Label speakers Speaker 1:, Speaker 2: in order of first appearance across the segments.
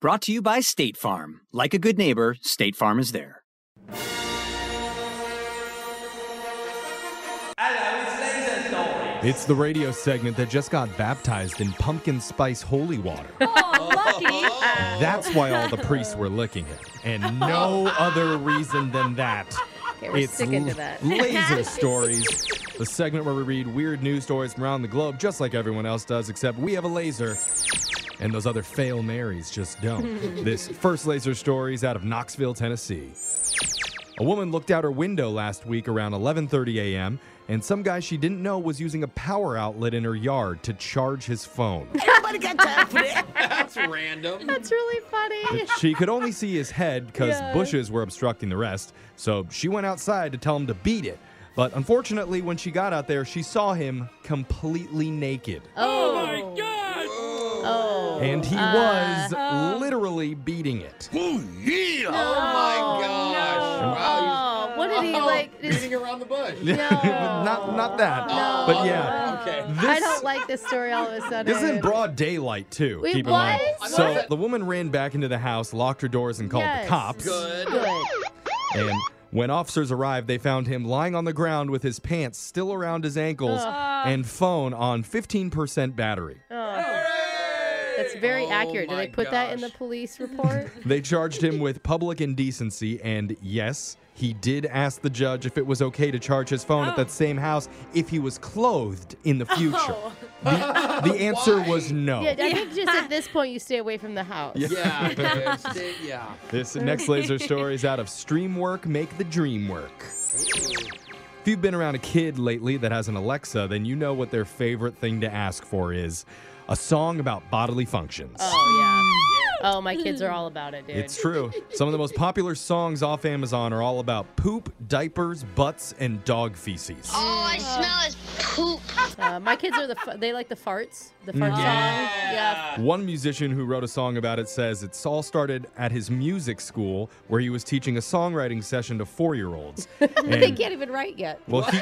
Speaker 1: Brought to you by State Farm. Like a good neighbor, State Farm is there.
Speaker 2: It's the radio segment that just got baptized in pumpkin spice holy water. That's why all the priests were licking it, and no other reason than that.
Speaker 3: Okay, we're sticking to
Speaker 2: l-
Speaker 3: that.
Speaker 2: Laser Stories, the segment where we read weird news stories from around the globe, just like everyone else does, except we have a laser, and those other fail Marys just don't. this first laser story is out of Knoxville, Tennessee. A woman looked out her window last week around 11:30 a.m. and some guy she didn't know was using a power outlet in her yard to charge his phone.
Speaker 3: That's really funny.
Speaker 2: she could only see his head because bushes were obstructing the rest, so she went outside to tell him to beat it. But unfortunately, when she got out there, she saw him completely naked.
Speaker 3: Oh, my god. Oh.
Speaker 2: And he was literally beating it.
Speaker 3: Oh, what did he like? Is,
Speaker 4: around the bush.
Speaker 2: not, not that. But yeah. This,
Speaker 3: I don't like this story all of a sudden.
Speaker 2: This is in broad daylight too.
Speaker 3: Wait,
Speaker 2: keep in
Speaker 3: what?
Speaker 2: mind.
Speaker 3: What?
Speaker 2: So the woman ran back into the house, locked her doors, and called
Speaker 3: Yes.
Speaker 2: the cops.
Speaker 3: Good.
Speaker 2: And when officers arrived, they found him lying on the ground with his pants still around his ankles and phone on 15% battery.
Speaker 3: Oh. That's very
Speaker 4: Oh
Speaker 3: accurate. Did they put that in the police report?
Speaker 2: They charged him with public indecency, and yes, he did ask the judge if it was okay to charge his phone at that same house if he was clothed in the future. The, the answer was no.
Speaker 3: Yeah, I think just at this point you stay away from the house.
Speaker 4: Yeah, yeah, stay- yeah.
Speaker 2: This next laser story is out of Streamwork Make the Dream Work. If you've been around a kid lately that has an Alexa, then you know what their favorite thing to ask for is a song about bodily functions.
Speaker 3: Oh yeah. Oh, my kids are all about it, dude.
Speaker 2: It's true. Some of the most popular songs off Amazon are all about poop, diapers, butts, and dog feces.
Speaker 3: Oh.
Speaker 5: All Oh, I smell is poop.
Speaker 3: Uh, my kids are the f- they like the farts, the
Speaker 4: Mm.
Speaker 3: fart song. Yeah.
Speaker 2: One musician who wrote a song about it says it's all started at his music school where he was teaching a songwriting session to four year olds.
Speaker 3: They can't even write yet.
Speaker 2: Well, he,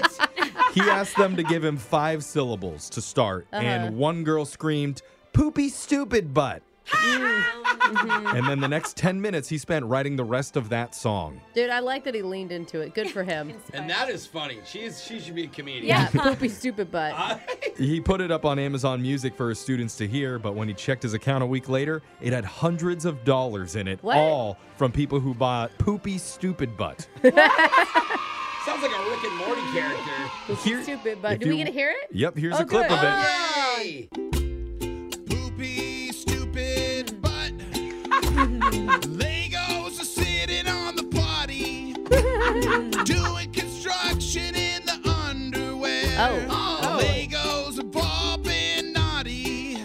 Speaker 2: he asked them to give him five syllables to start,
Speaker 3: Uh-huh.
Speaker 2: and one girl screamed, Poopy stupid butt.
Speaker 3: Mm-hmm.
Speaker 2: and then the next 10 minutes he spent writing the rest of that song.
Speaker 3: Dude, I like that he leaned into it. Good for him.
Speaker 4: And that is funny. She's she should be a comedian.
Speaker 3: Yeah, poopy stupid butt.
Speaker 2: He put it up on Amazon Music for his students to hear, but when he checked his account a week later, it had hundreds of dollars in it,
Speaker 3: What?
Speaker 2: all from people who bought Poopy Stupid Butt.
Speaker 4: Sounds like a Rick and Morty character.
Speaker 2: Here-
Speaker 3: stupid butt.
Speaker 2: if
Speaker 3: Do we
Speaker 2: you-
Speaker 3: get to hear it?
Speaker 2: Yep, here's
Speaker 3: Oh,
Speaker 2: a clip
Speaker 3: good.
Speaker 2: of it.
Speaker 4: Hey. Poopy, stupid butt. Legos are sitting on the potty. Doing construction in the underwear.
Speaker 3: Oh.
Speaker 4: They goes Bob and Naughty.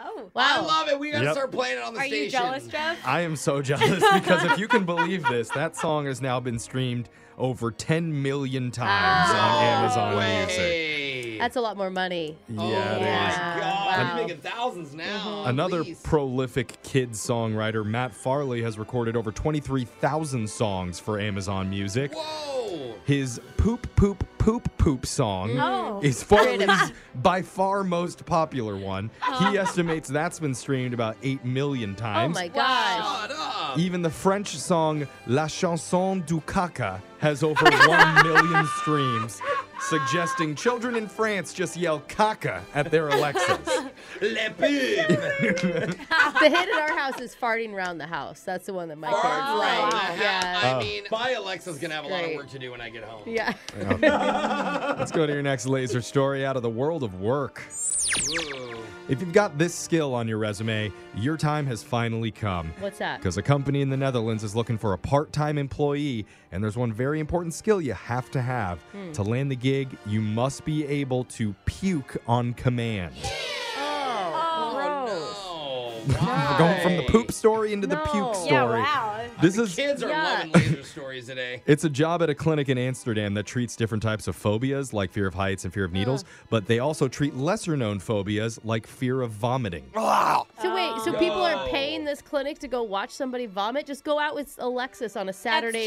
Speaker 6: Oh.
Speaker 4: I
Speaker 3: Wow.
Speaker 4: love it. We gotta
Speaker 2: Yep.
Speaker 4: start playing it on the
Speaker 6: Are
Speaker 4: station.
Speaker 6: you jealous, Jeff?
Speaker 2: I am so jealous because if you can believe this, that song has now been streamed over 10 million times on
Speaker 4: Oh,
Speaker 2: Amazon Music.
Speaker 4: Hey.
Speaker 3: That's a lot more money.
Speaker 4: oh
Speaker 2: Yeah,
Speaker 4: my
Speaker 2: it is.
Speaker 3: Yeah,
Speaker 4: God.
Speaker 3: wow.
Speaker 4: You're making thousands now.
Speaker 2: Another
Speaker 4: Please.
Speaker 2: prolific kids songwriter, Matt Farley, has recorded over 23,000 songs for Amazon Music.
Speaker 4: Whoa. Mm.
Speaker 2: His Poop Poop Poop Poop song
Speaker 6: Oh.
Speaker 2: is Farley's by far most popular one. He estimates that's been streamed about 8 million
Speaker 3: Uh-huh. Oh
Speaker 2: times.
Speaker 3: my gosh.
Speaker 4: Shut up.
Speaker 2: Even the French song La Chanson du Caca has over 1 million streams, suggesting children in France just yell caca at their Alexas.
Speaker 4: Le pig.
Speaker 3: The hit at our house is farting around the house. That's the one that my
Speaker 6: Oh,
Speaker 3: kids
Speaker 4: Farting around the
Speaker 3: like.
Speaker 4: house.
Speaker 3: Yeah.
Speaker 4: I mean, my Alexa's gonna have a lot of
Speaker 3: Great.
Speaker 4: work to do when I get home.
Speaker 3: Yeah.
Speaker 2: Let's go to your next laser story out of the world of work.
Speaker 4: Ooh.
Speaker 2: If you've got this skill on your resume, your time has finally come.
Speaker 3: What's that?
Speaker 2: Because a company in the Netherlands is looking for a part time employee, and there's one very important skill you have to have. To land the gig, you must be able to puke on command.
Speaker 4: Oh, wow.
Speaker 2: We're going from the poop story into the
Speaker 3: No.
Speaker 2: puke story.
Speaker 6: Yeah, wow.
Speaker 2: This is
Speaker 4: Kids are
Speaker 3: Yeah.
Speaker 4: loving laser stories today.
Speaker 2: it's a job at a clinic in Amsterdam that treats different types of phobias like fear of heights and fear of needles, but they also treat lesser known phobias like fear of vomiting.
Speaker 3: So wait, so people are paying this clinic to go watch somebody vomit? Just go out with Alexis on a Saturday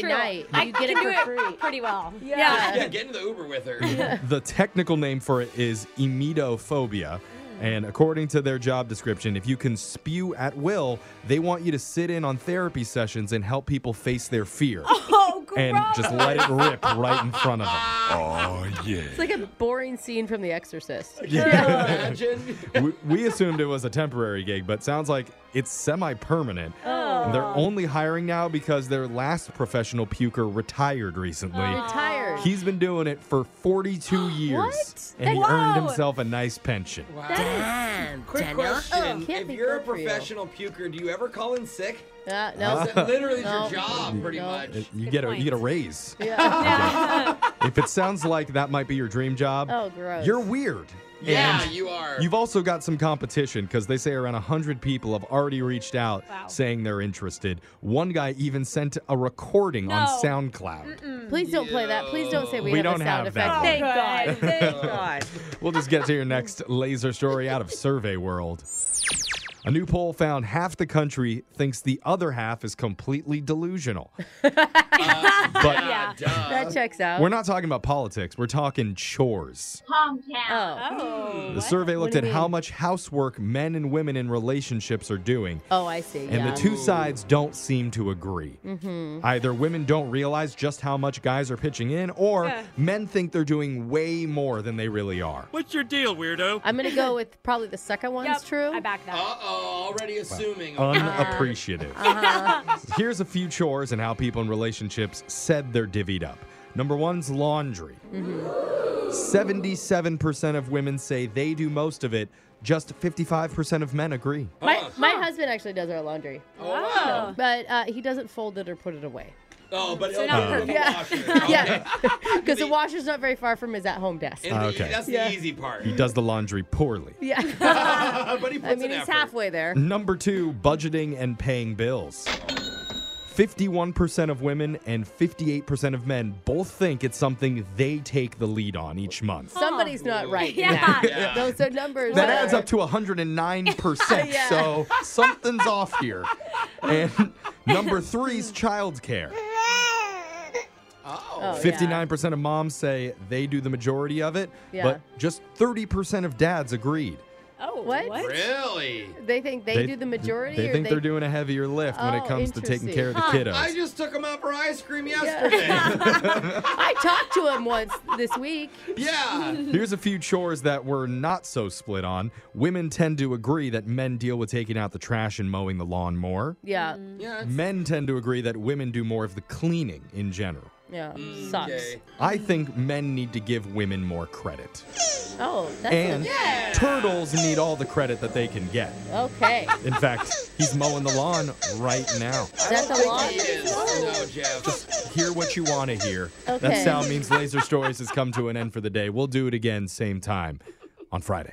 Speaker 6: That's true.
Speaker 3: night.
Speaker 6: I
Speaker 3: you get
Speaker 6: can
Speaker 3: it for
Speaker 6: do
Speaker 3: free.
Speaker 6: pretty well.
Speaker 3: Yeah.
Speaker 4: Yeah, get in the Uber with her.
Speaker 2: the technical name for it is emetophobia. And according to their job description, if you can spew at will, they want you to sit in on therapy sessions and help people face their fear
Speaker 6: Oh, gross.
Speaker 2: and just let it rip right in front of them.
Speaker 3: It's like a boring scene from The Exorcist.
Speaker 4: Imagine.
Speaker 2: We, we assumed it was a temporary gig, but sounds like it's semi permanent. And they're only hiring now because their last professional puker retired recently.
Speaker 3: Retired.
Speaker 2: He's been doing it for 42 years,
Speaker 3: What?
Speaker 2: and he
Speaker 6: Whoa.
Speaker 2: earned himself a nice pension.
Speaker 3: Damn, Oh,
Speaker 4: Quick question.
Speaker 3: Can't
Speaker 4: if
Speaker 3: be
Speaker 4: you're a
Speaker 3: good for you.
Speaker 4: professional puker, do you ever call in sick?
Speaker 3: Uh, no.
Speaker 4: Is that literally
Speaker 3: No.
Speaker 4: your job, pretty
Speaker 3: No.
Speaker 4: much?
Speaker 2: Uh, You
Speaker 6: Good
Speaker 2: get a
Speaker 6: point.
Speaker 2: you get a raise.
Speaker 3: Yeah.
Speaker 2: If it sounds like that might be your dream job,
Speaker 3: Oh, gross.
Speaker 2: you're weird.
Speaker 4: Yeah,
Speaker 2: And
Speaker 4: you are.
Speaker 2: You've also got some competition because they say around 100 people have already reached out
Speaker 6: Wow.
Speaker 2: saying they're interested. One guy even sent a recording on
Speaker 6: No.
Speaker 2: SoundCloud.
Speaker 3: Please don't play that. Please don't say we,
Speaker 2: We
Speaker 3: have
Speaker 2: don't
Speaker 3: a sound
Speaker 2: have
Speaker 3: effect.
Speaker 2: that
Speaker 6: Thank God. Thank God.
Speaker 2: We'll just get to your next laser story out of Survey World. A new poll found half the country thinks the other half is completely delusional. but
Speaker 6: Yeah.
Speaker 3: That checks out.
Speaker 2: we're not talking about politics, we're talking chores.
Speaker 3: oh.
Speaker 6: Oh.
Speaker 2: The survey looked
Speaker 3: What do
Speaker 2: at
Speaker 3: you
Speaker 2: how
Speaker 3: mean?
Speaker 2: much housework men and women in relationships are doing.
Speaker 3: oh, I see.
Speaker 2: And
Speaker 3: yeah. Mm-hmm.
Speaker 2: the two sides don't seem to agree. Either women don't realize just how much guys are pitching in, or men think they're doing way more than they really are.
Speaker 7: What's your deal, weirdo?
Speaker 3: I'm gonna go with probably the second one's
Speaker 6: Yep,
Speaker 3: true.
Speaker 6: I back that.
Speaker 4: Uh oh, already assuming.
Speaker 2: Unappreciative.
Speaker 3: Uh-huh.
Speaker 2: Here's a few chores and how people in relationships said they're divvied up. Number one's laundry.
Speaker 3: Mm-hmm.
Speaker 2: 77% of women say they do most of it, just 55% of men agree.
Speaker 3: my, my husband actually does our laundry,
Speaker 6: Oh.
Speaker 3: but uh, he doesn't fold it or put it away.
Speaker 4: Oh, but it'll
Speaker 6: not
Speaker 4: do it with
Speaker 3: perfect.
Speaker 4: the washer. Okay.
Speaker 3: Yeah, because the washer's not very far from his at-home desk.
Speaker 4: And the-
Speaker 2: Okay.
Speaker 4: That's
Speaker 3: Yeah.
Speaker 4: the easy part.
Speaker 2: He does the laundry poorly.
Speaker 3: yeah,
Speaker 4: but he puts
Speaker 3: I mean
Speaker 4: an
Speaker 3: he's
Speaker 4: effort.
Speaker 3: halfway there.
Speaker 2: Number two, budgeting and paying bills. 51% of women and 58% of men both think it's something they take the lead on each month.
Speaker 3: Somebody's not right. in
Speaker 6: Yeah.
Speaker 3: that. Those are numbers.
Speaker 2: That
Speaker 3: are-
Speaker 2: adds up to 109%,
Speaker 3: Yeah.
Speaker 2: so something's off here. And number three is childcare.
Speaker 4: Oh.
Speaker 2: 59% of moms say they do the majority of it,
Speaker 3: Yeah.
Speaker 2: but just 30% of dads agreed.
Speaker 6: Oh,
Speaker 3: What?
Speaker 4: Really?
Speaker 3: They think they, do the majority.
Speaker 2: They
Speaker 3: or
Speaker 2: think are doing a heavier lift when it
Speaker 3: Oh,
Speaker 2: comes to taking
Speaker 3: interesting.
Speaker 2: care of the
Speaker 6: Huh.
Speaker 2: kiddos.
Speaker 4: I just took him out for ice cream yesterday.
Speaker 3: I talked to him once this week.
Speaker 4: yeah.
Speaker 2: Here's a few chores that we're not so split on. Women tend to agree that men deal with taking out the trash and mowing the lawn more.
Speaker 3: Yeah,
Speaker 4: Yeah.
Speaker 2: Men tend to agree that women do more of the cleaning in general.
Speaker 3: yeah,
Speaker 4: Mm,
Speaker 3: sucks.
Speaker 4: Okay.
Speaker 2: I think men need to give women more credit.
Speaker 3: Oh, that's
Speaker 2: And turtles need all the credit that they can get.
Speaker 3: okay.
Speaker 2: In fact, he's mowing the lawn right now.
Speaker 3: That's a lot.
Speaker 4: He is. No, Jeff.
Speaker 2: Hear what you want to hear. That
Speaker 8: Okay.
Speaker 2: sound means Laser Stories has come to an end for the day. We'll do it again, same time on Friday.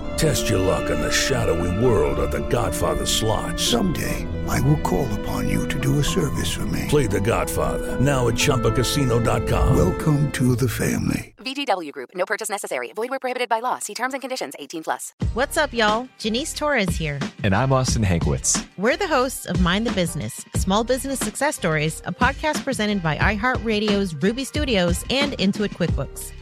Speaker 3: Test your luck in the shadowy world of The Godfather slot.
Speaker 9: Someday, I will call upon you to do a service for me.
Speaker 3: Play The Godfather now at ChumbaCasino.com.
Speaker 9: Welcome to the family.
Speaker 10: VGW Group. No purchase necessary. Void where prohibited by law. See terms and conditions. 18 plus.
Speaker 11: What's up, y'all? Janice Torres here.
Speaker 12: And I'm Austin Hankwitz.
Speaker 11: We're the hosts of Mind the Business Small Business Success Stories, a podcast presented by iHeartRadio's Ruby Studios and Intuit QuickBooks.